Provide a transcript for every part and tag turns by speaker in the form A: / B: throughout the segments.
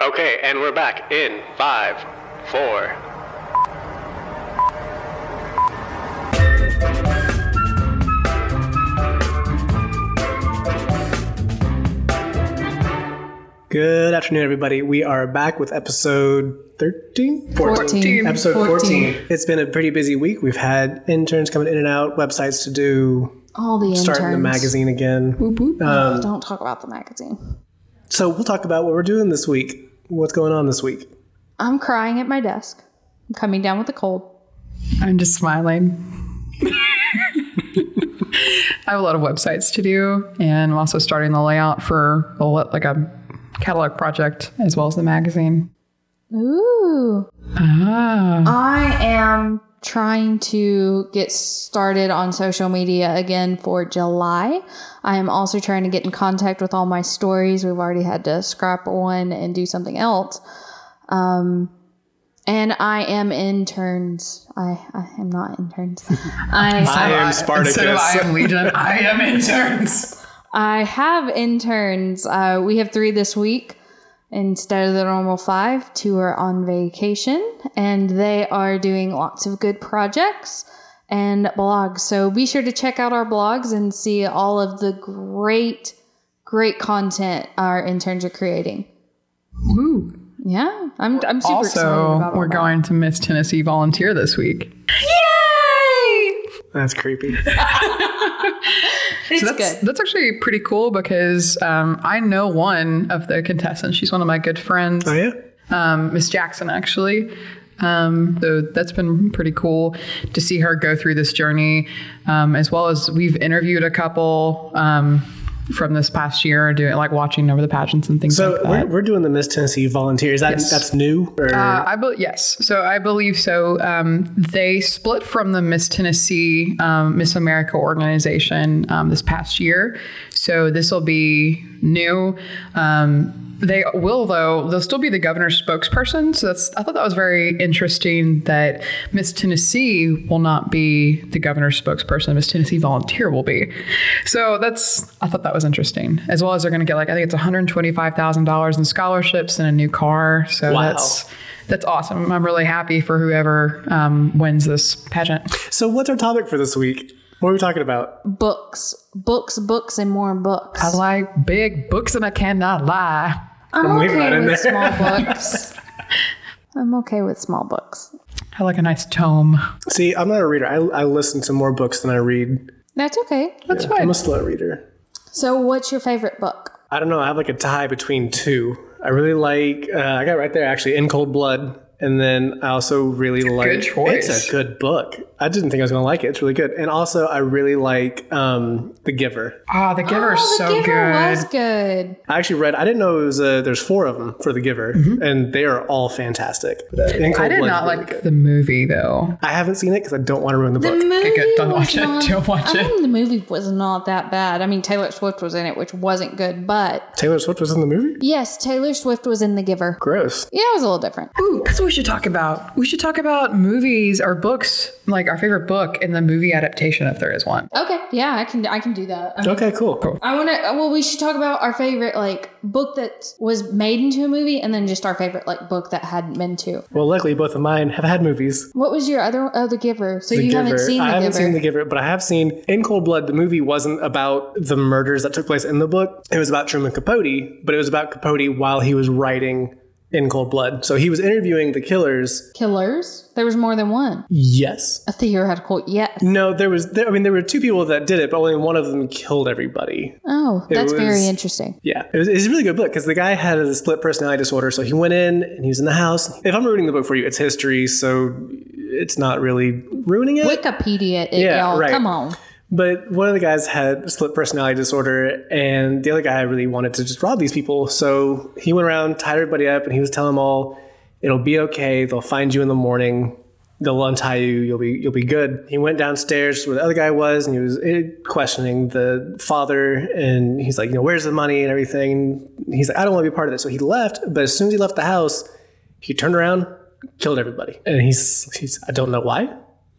A: Okay, and we're back in five, four.
B: Good afternoon, everybody. We are back with episode 13?
C: 14.
B: Episode 14.
C: 14.
B: It's been a pretty busy week. We've had interns coming in and out, websites to do,
C: All the interns.
B: starting the magazine again.
C: Boop, boop. Don't talk about the magazine.
B: So we'll talk about what we're doing this week. What's going on this week?
C: I'm crying at my desk. I'm coming down with a cold.
D: I'm just smiling. I have a lot of websites to do, and I'm also starting the layout for a, lo- like a catalog project as well as the magazine.
C: Ooh.
D: Ah,
C: I am trying to get started on social media again for July. I am also trying to get in contact with all my stories. We've already had to scrap one and do something else. Um, and I am interns. I, I am not interns. I
B: I am Spartacus.
D: so uh, I am Legion. I am interns.
C: I have interns. Uh, we have three this week instead of the normal five. Two are on vacation, and they are doing lots of good projects and blogs. So be sure to check out our blogs and see all of the great, great content our interns are creating.
D: Woo.
C: Yeah, I'm, I'm super excited
D: Also,
C: about
D: we're
C: all that.
D: going to Miss Tennessee Volunteer this week.
B: That's creepy.
C: It's
D: So that's,
C: good.
D: that's actually pretty cool because um, I know one of the contestants. She's one of my good friends.
B: Oh, yeah?
D: um, Miss Jackson, actually. Um, so that's been pretty cool to see her go through this journey, um, as well as we've interviewed a couple um, from this past year, doing like watching over the pageants and things
B: So
D: like that.
B: we're, we're doing the Miss Tennessee Volunteers. That, That's new? Or,
D: Uh, I bel yes, so I believe so. Um, they split from the Miss Tennessee um, Miss America organization um, this past year, so this will be new. Um, they will though; they'll still be the governor's spokesperson. So that's I thought that was very interesting that Miss Tennessee will not be the governor's spokesperson. Miss Tennessee volunteer will be. So that's I thought that was interesting. As well as they're going to get like I think it's one hundred twenty five thousand dollars in scholarships and a new car. So
B: Wow.
D: that's that's awesome. I'm really happy for whoever um, wins this pageant.
B: so what's our topic for this week? What are we talking about?
C: Books, books, books, and more books.
D: I like big books and I cannot lie.
C: I'm
B: I'm leaving
C: okay
B: that in
C: with
B: there.
C: small books. I'm okay with small books.
D: I like a nice tome.
B: See, I'm not a reader. I, I listen to more books than I read.
C: That's okay.
D: That's
B: I'm
D: fine.
B: a slow reader.
C: So, what's your favorite book?
B: I don't know. I have like a tie between two. I really like. Uh, I got right there actually in Cold Blood, and then I also really like.
D: good choice.
B: It's a good book. I didn't think I was gonna like it. It's really good, and also I really like um, The Giver.
D: Ah, The Giver is
C: Oh,
D: so
C: the Giver
D: good.
C: was good.
B: I actually read. I didn't know it was a, there's four of them for The Giver, and they are all fantastic. But, uh, in Cold
D: Mm-hmm. I did
B: Blood is
D: not
B: really
D: like
B: good.
D: the movie though.
B: I haven't seen it because I don't want to ruin the,
C: The
B: book.
C: movie
D: good, don't
C: was
D: watch it,
C: not-
D: don't watch
C: I
D: it.
C: mean, the movie was not that bad. I mean, Taylor Swift was in it, which wasn't good, but
B: Taylor Swift was in the movie.
C: yes, Taylor Swift was in The Giver.
B: Gross.
C: Yeah, it was a little different.
D: Ooh, that's what we should talk about. We should talk about movies or books, like our favorite book and the movie adaptation if there is one.
C: Okay, yeah, I can I can do that. I,
B: Okay, cool.
C: want to. Well, we should talk about our favorite like book that was made into a movie, and then just our favorite like book that hadn't been to.
B: Well, luckily both of mine have had movies.
C: What was your other? Oh, The Giver. So
B: The
C: you haven't
B: Giver.
C: seen The
B: I haven't
C: Giver.
B: seen The Giver, but I have seen In Cold Blood. The movie wasn't about the murders that took place in the book. It was about Truman Capote, but it was about Capote while he was writing In Cold Blood. So he was interviewing the killers.
C: Killers. There was more than one.
B: Yes.
C: A theoretical
D: Mm-hmm.
C: yes.
B: No, there was. There, I mean, there were two people that did it, but only one of them killed everybody.
C: Oh, that's very
B: was-
C: interesting.
B: Yeah, it was, it was a really good book because the guy had a split personality disorder, so he went in and he was in the house. If I'm ruining the book for you, it's history, so it's not really ruining it.
C: Wikipedia it,
B: Yeah,
C: y'all.
B: right.
C: Come on.
B: But one of the guys had split personality disorder, and the other guy really wanted to just rob these people. So he went around, tied everybody up, and he was telling them all, "It'll be okay. They'll find you in the morning. They'll untie you. You'll be you'll be good." He went downstairs where the other guy was, and he was eh, questioning the father, and he's like, "You know, where's the money and everything?" And he's like, "I don't want to be part of this." So he left. But as soon as he left the house, he turned around, killed everybody, and he's he's I don't know why.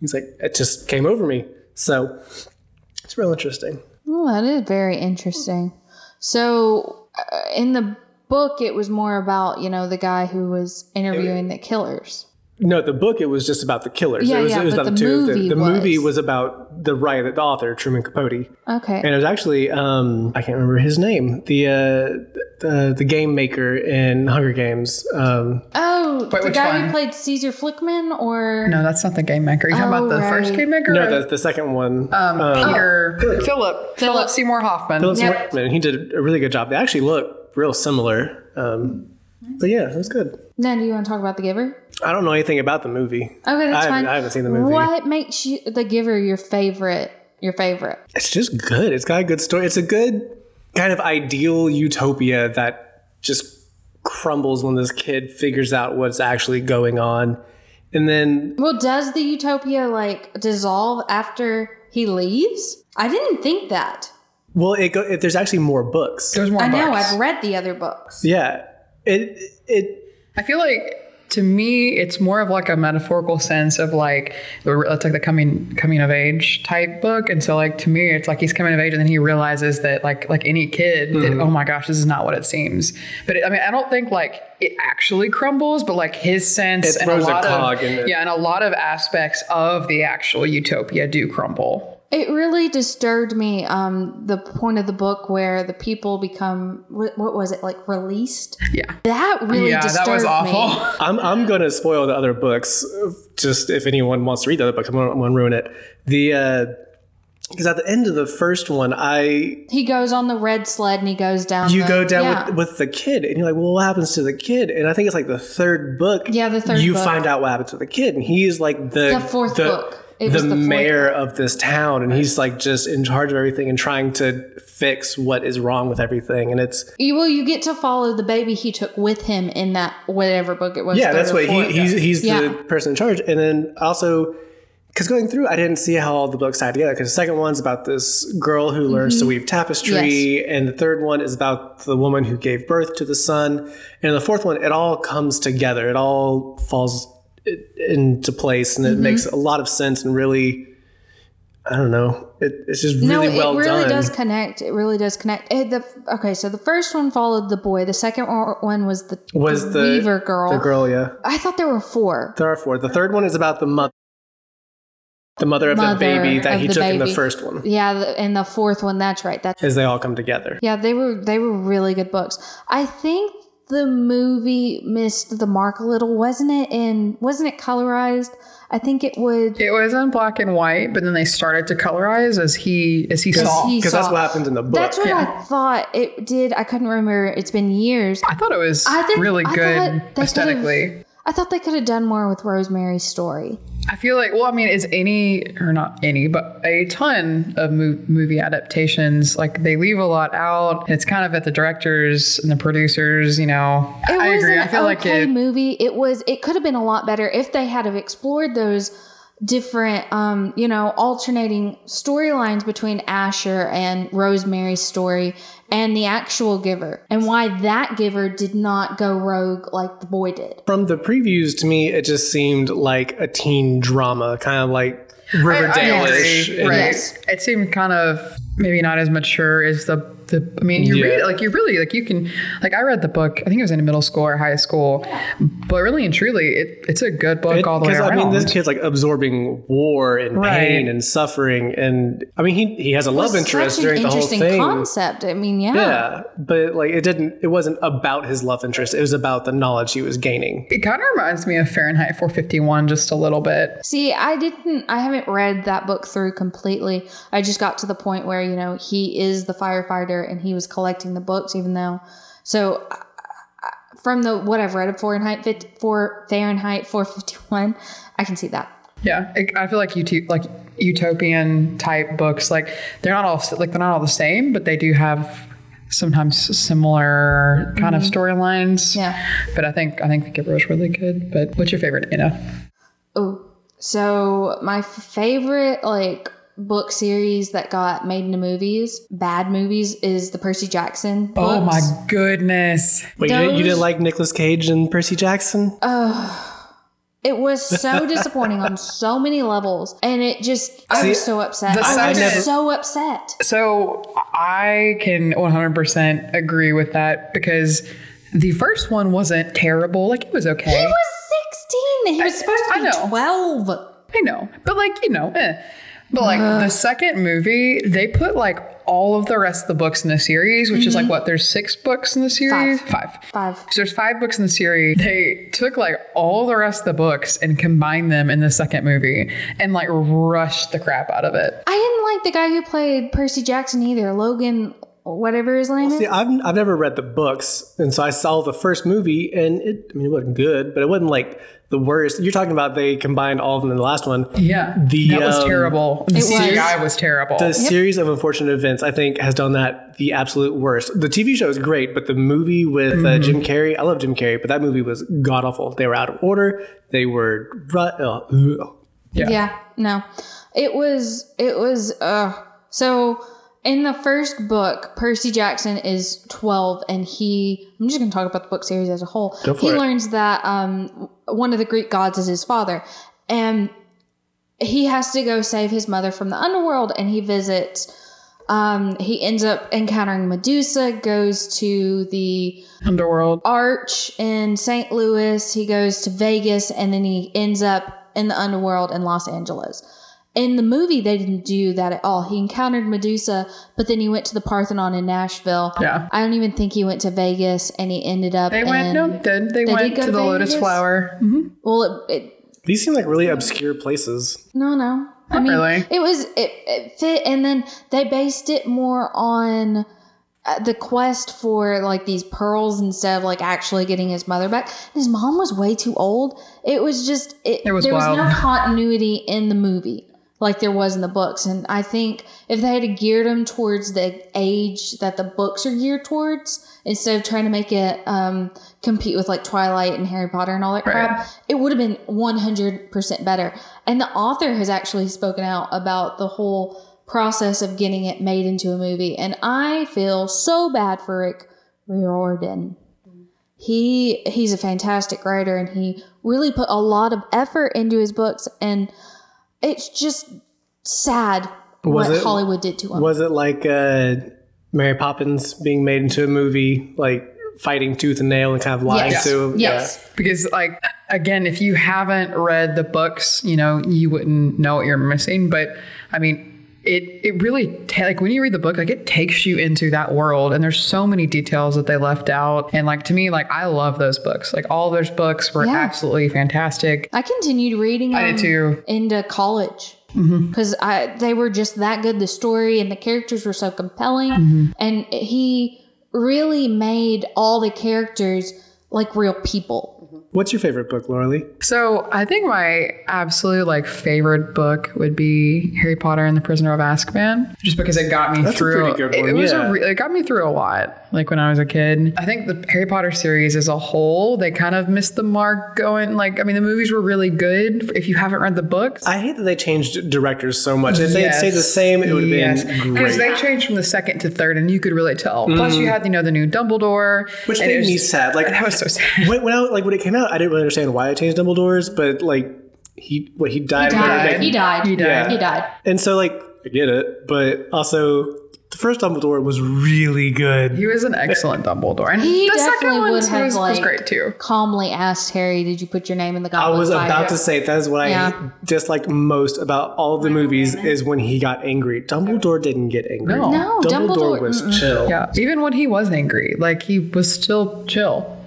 B: He's like, "It just came over me." So. It's real interesting.
C: Oh, that is very interesting. So, uh, in the book, it was more about, you know, the guy who was interviewing the killers.
B: No, the book it was just about the killers.
C: Yeah,
B: it was,
C: yeah,
B: it was
C: but
B: about the,
C: the
B: two. of them.
C: movie
B: the movie
C: was-
B: was about the right the author Truman Capote,
C: Okay.
B: and it was actually um, I can't remember his name. The uh, the, the game maker in Hunger Games. Um,
C: oh, the
D: which
C: guy
D: one?
C: who played Caesar Flickman or
D: No, that's not the game maker. You talking
C: Oh,
D: about the first
C: right.
D: game maker?
B: no, that's the second one.
C: Uh,
D: um, Peter Philip. Philip Seymour Hoffman.
B: Philip
C: Yep.
B: Seymour Hoffman, He did a really good job. They actually look real similar. Um, but yeah, it was good.
C: Now, do you want to talk about The Giver?
B: I don't know anything about the movie.
C: Okay, that's
B: I haven't-
C: fine.
B: I haven't seen the movie.
C: What makes you The Giver your favorite? Your favorite?
B: It's just good. It's got a good story. It's a good kind of ideal utopia that just crumbles when this kid figures out what's actually going on. And then
C: Well, does the utopia like dissolve after he leaves? I didn't think that.
B: well, it go, it, there's actually more books.
D: There's more
C: I know.
D: books.
C: I've read the other books.
B: Yeah. It it
D: I feel like to me, it's more of like a metaphorical sense of like it's like the coming coming of age type book, and so like to me, it's like he's coming of age, and then he realizes that like like any kid, that,
B: Mm-hmm.
D: oh my gosh, this is not what it seems. But it, I mean, I don't think like it actually crumbles, but like his sense
B: It
D: and a
B: throws a
D: lot
B: cog
D: of
B: in it.
D: yeah, and a lot of aspects of the actual utopia do crumble.
C: It really disturbed me. Um, the point of the book where the people become what, what was it like released?
D: Yeah,
C: That really
D: yeah,
C: disturbed
D: that was awful.
C: me.
B: I'm I'm going to spoil the other books just if anyone wants to read the other books. I'm going to ruin it. The uh because at the end of the first one, I
C: He goes on the red sled and he goes down.
B: you
C: the-
B: go down
C: yeah.
B: with, with the kid and you're like well what happens to the kid and i think it's like the third book
C: Yeah, the third
B: you
C: book.
B: find out what happens to the kid and he's like the
C: The fourth book. It
B: the,
C: was the fourth
B: mayor of this town and he's like just in charge of everything and trying to fix what is wrong with everything and it's
C: You- E, well, you get to follow the baby he took with him in that whatever book it was.
B: yeah
C: third
B: that's
C: or
B: what he,
C: fourth.
B: he's he's
C: Yeah.
B: the person in charge and then also because going through i didn't see how all the books tied together because the second one's about this girl who learns
C: Mm-hmm.
B: to weave tapestry and the third one is about the woman who gave birth to the son and the fourth one it all comes together it all falls i- into place and it
C: Mm-hmm.
B: makes a lot of sense and really i don't know it, it's just really
C: no,
B: well
C: it really
B: done
C: does connect. It really does connect. It, the, okay, so the first one followed the boy. The second or- one was the
B: was the
C: Weaver girl.
B: the girl yeah
C: I thought there were four.
B: there are four the third one is about the mother the mother of
C: Mother
B: the baby that
C: of
B: he
C: the
B: took in the
C: baby.
B: first one
C: Yeah, the, and the fourth one. That's right. That's
B: as they all come together.
C: yeah. They were they were really good books. I think the movie missed the mark a little, wasn't it? In wasn't it colorized? I think it would.
D: It was in black and white, but then they started to colorize as he as he saw.
C: he
B: Because that's
C: saw-
B: what happens in the book.
C: That's what
D: Yeah.
C: I thought it did. I couldn't remember. It's been years.
D: I thought it was
C: I think-
D: really
C: I thought they
D: good
C: could've-
D: aesthetically.
C: I thought they could have done more with Rosemary's story.
D: I feel like, well, I mean, is any or not any, but a ton of mo- movie adaptations like they leave a lot out. It's kind of at the directors and the producers, you know.
C: It
D: I
C: was
D: agree.
C: an
D: I feel
C: okay
D: like it.
C: movie. It was. It could have been a lot better if they had have explored those different, um, you know, alternating storylines between Asher and Rosemary's story and the actual Giver, and why that Giver did not go rogue like the boy did.
B: From the previews, to me, it just seemed like a teen drama, kind of like
D: I
B: Riverdale-ish.
D: agree,
B: And
D: Right.
C: Yes.
D: It seemed kind of maybe not as mature as the the. I mean, you
B: Yeah.
D: read like you really like you can like I read the book. I think it was in middle school or high school, but really and truly, it, it's a good book all the way
B: Because
D: around.
B: I mean, this kid's like absorbing war and pain
D: Right.
B: and suffering, and I mean, he he has a love interest
C: Such an
B: during the whole
C: interesting
B: thing.
C: concept. I mean,
B: Yeah, but like it didn't. It wasn't about his love interest. It was about the knowledge he was gaining.
D: it kind of reminds me of Fahrenheit 451 just a little bit.
C: See, I didn't, I haven't read that book through completely. I just got to the point where, you know, he is the firefighter and he was collecting the books, even though. So, I- I- from the what I've read of Fahrenheit, 50, for Fahrenheit 451, I can see that.
D: Yeah, I- I feel like uto- like utopian type books, like they're not all s- like they're not all the same, but they do have sometimes similar kind of storylines.
C: Mm-hmm. Yeah.
D: But I think I think The Giver was really good. But what's your favorite, Anna?
C: Oh, so my f- favorite like book series that got made into movies, bad movies, is the Percy Jackson. Books.
D: Oh my goodness!
B: Wait, you didn't, you didn't
C: Those-
B: like Nicolas Cage and Percy Jackson?
C: It was so disappointing on so many levels, and it just I
B: See,
C: was so upset.
D: the
C: I was
B: second-
C: so upset.
D: So I can 100% agree with that because The first one wasn't terrible. Like it was okay.
C: He was 16. He was
D: I-
C: supposed to
D: I
C: be
D: know.
C: 12.
D: I know, but like you know, eh. but like the second movie, they put like all of the rest of the books in the series, which is like what there's six books in the series, Mm-hmm. five.
C: Five.
D: So there's five books in the series. They took like all the rest of the books and combined them in the second movie and like rushed the crap out of it.
C: I didn't like the guy who played Percy Jackson either. Logan, whatever his name is.
B: See, I've, I've never read the books, and so I saw the first movie, and it I mean it wasn't good, but it wasn't like the worst. You're talking about they combined all of them in the last one.
D: Yeah,
B: The,
D: that was
B: um,
D: terrible. The
C: It was.
D: CGI was, terrible.
B: The series of unfortunate events, I think, has done that the absolute worst. The TV show is great, but the movie with uh,
C: Mm-hmm.
B: Jim Carrey, I love Jim Carrey, but that movie was god awful. They were out of order. They were. ru- Uh, ugh.
D: Yeah.
C: Yeah, no. It was it was uh so in the first book, Percy Jackson is 12 and he I'm just going to talk about the book series as a whole.
B: Go for
C: he
B: it.
C: learns that um one of the Greek gods is his father and he has to go save his mother from the underworld and he visits um he ends up encountering Medusa, goes to the
D: Underworld.
C: Arch in St. Louis. He goes to Vegas and then he ends up in the underworld in Los Angeles. In the movie, they didn't do that at all. He encountered Medusa, but then he went to the Parthenon in Nashville.
D: Yeah.
C: I don't even think he went to Vegas and he ended up.
D: They went
C: in-
D: no, they did they,
C: did
D: went
C: go
D: to the
C: to
D: Lotus
C: Vegas?
D: Flower? Mhm.
C: Well, it, it
B: These seem like really obscure places.
C: No, no. I
D: Not
C: mean,
D: really.
C: it was it, it fit, and then they based it more on uh, the quest for like these pearls instead of like actually getting his mother back. And his mom was way too old. It was just it.
D: It was
C: there
D: wild.
C: was no continuity in the movie like there was in the books, and I think if they had geared him towards the age that the books are geared towards, instead of trying to make it um, compete with like Twilight and Harry Potter and all that crap, it would have been 100% better. And the author has actually spoken out about the whole process of getting it made into a movie. And I feel so bad for Rick Riordan. He he's a fantastic writer and he really put a lot of effort into his books and it's just sad
B: Was
C: what
B: it-
C: Hollywood did to him.
B: Was it like uh, Mary Poppins being made into a movie, like fighting tooth and nail and kind of lying
C: yes.
B: to?
C: yes.
D: Because like again, if you haven't read the books, you know you wouldn't know what you're missing. But I mean. It, it really ta- like when you read the book like it takes you into that world and there's so many details that they left out and like to me like I love those books like all those books were
C: Yeah.
D: absolutely fantastic
C: I continued reading
D: I
C: them
D: did too.
C: into college
D: Mm-hmm.
C: because I they were just that good. The story and the characters were so compelling,
D: Mm-hmm.
C: and he really made all the characters like real people.
B: Yeah. What's your favorite book, Laura Lee?
D: So I think my absolute like favorite book would be Harry Potter and the Prisoner of Azkaban, just because it got me
B: That's a
D: through.
B: pretty good
D: it- It
B: one,
D: was
B: yeah.
D: a re- it got me through a lot. Like when I was a kid, I think the Harry Potter series as a whole, they kind of missed the mark. Going like, I mean, the movies were really good. If you haven't read the books,
B: I hate that they changed directors so much. If they had stayed the same, it would have been
D: because
B: great. Mm-hmm.
D: they changed from the second to third, and you could really tell. Plus, you had you know the new Dumbledore,
B: which
D: and it
B: made
D: was
B: me
D: just-
B: sad. Like
D: That was so sad.
B: when, when I, like when it came out, I didn't really understand why I changed Dumbledore's, but like he what he died.
C: He
B: and they were
C: died.
B: making-
C: He died.
D: He died.
B: Yeah.
C: He died.
B: And so like I get it, but also the first Dumbledore was really good.
D: He was an excellent Dumbledore, and
C: He
D: the second
C: definitely
D: one
C: would
D: was,
C: have,
D: was
C: like,
D: great too.
C: Calmly asked Harry, "Did you put your name in the
B: I
C: goblet?"
B: was
C: fire?"
B: about to say that is what
C: Yeah.
B: I disliked most about all the movies is when he got angry. Dumbledore didn't get angry.
D: No.
C: No,
B: Dumbledore,
C: Dumbledore
B: was
C: mm-mm.
B: chill.
D: Yeah, even when he was angry, like he was still chill.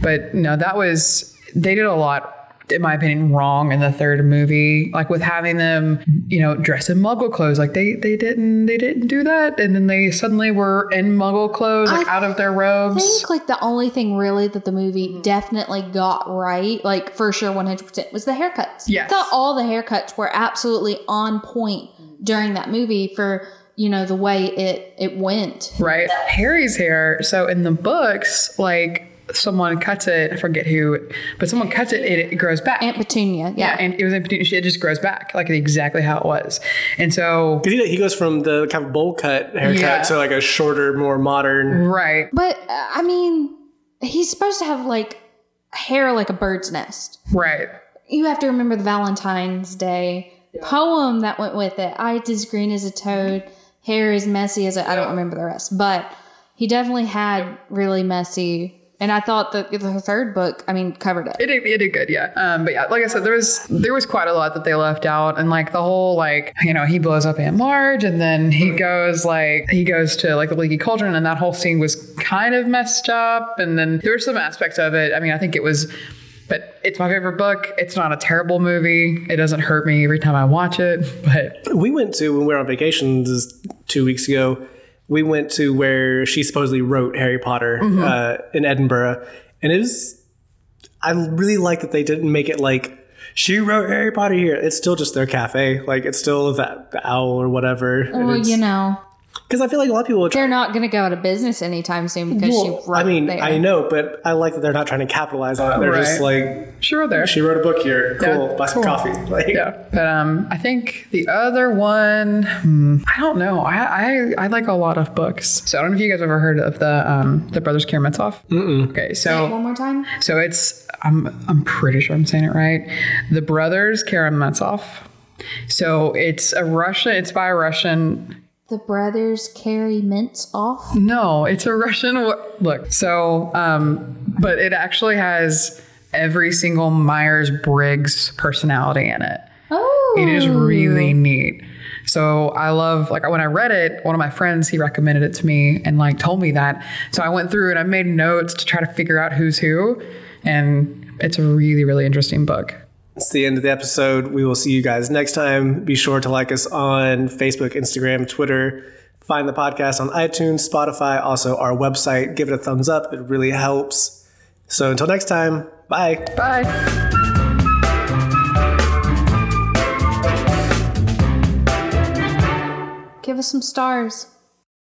D: But no, that was they did a lot, in my opinion, wrong in the third movie. Like with having them, you know, dress in Muggle clothes. Like they they didn't they didn't do that, and then they suddenly were in Muggle clothes, like
C: I
D: out of their
C: I
D: robes.
C: think like the only thing really that the movie definitely got right, like for sure 100% was the haircuts. Yeah, I
D: Yes.
C: thought all the haircuts were absolutely on point during that movie for, you know, the way it it went.
D: right? Harry's hair. So in the books, like someone cuts it. I forget who, but someone cuts it. It, it grows back.
C: Aunt Petunia, yeah.
D: and it was in It just grows back, like exactly how it was. And so,
B: 'Cause He, he goes from the kind of bowl cut haircut
D: Yeah.
B: to like a shorter, more modern.
D: right,
C: But uh, I mean, he's supposed to have like hair like a bird's nest.
D: right.
C: You have to remember the Valentine's Day poem that went with it. Eyes as green as a toad, hair as messy as a I don't remember the rest, but he definitely had really messy And I thought that the third book, I mean, covered it.
D: It did, it did good, yeah. Um, but yeah, like I said, there was there was quite a lot that they left out, and like the whole like you know he blows up Aunt Large, and then he goes like he goes to like the leaky cauldron, and that whole scene was kind of messed up. And then there were some aspects of it. I mean, I think it was, but it's my favorite book. It's not a terrible movie. It doesn't hurt me every time I watch it. But
B: We went to when we were on vacation this, two weeks ago. We went to where she supposedly wrote Harry Potter uh, in Edinburgh, and it was. I really like that they didn't make it like she wrote Harry Potter here. It's still just their cafe, like it's still that the owl or whatever.
C: Well, you know,
B: because I feel like a lot of people are try-
C: they're not going to go out of business anytime soon because
B: Well,
C: she wrote
B: I mean,
C: there.
B: I know, but I like that they're not trying to capitalize on it. They're just like,
D: sure, there.
B: she wrote a book here. Cool,
D: Yeah,
B: buy some
D: cool.
B: coffee. Like,
D: Yeah, but um, I think the other one, hmm, I don't know. I, I I like a lot of books, so I don't know if you guys ever heard of the um the Brothers Karamazov. mm Okay, so
C: One more time.
D: so it's I'm I'm pretty sure I'm saying it right. The Brothers Karamazov. So it's a Russian. It's by a Russian
C: The brothers carry mints off.
D: no, it's a Russian wo- look. So, um, but it actually has every single Myers Briggs personality in it.
C: Oh,
D: It is really neat. So I love like when I read it, one of my friends he recommended it to me and like told me that. So I went through and I made notes to try to figure out who's who, and it's a really really interesting book.
B: It's the end of the episode. We will see you guys next time. Be sure to like us on Facebook, Instagram, Twitter. Find the podcast on iTunes, Spotify, also our website. Give it a thumbs up, it really helps. So until next time, bye.
D: Bye.
C: Give us some stars.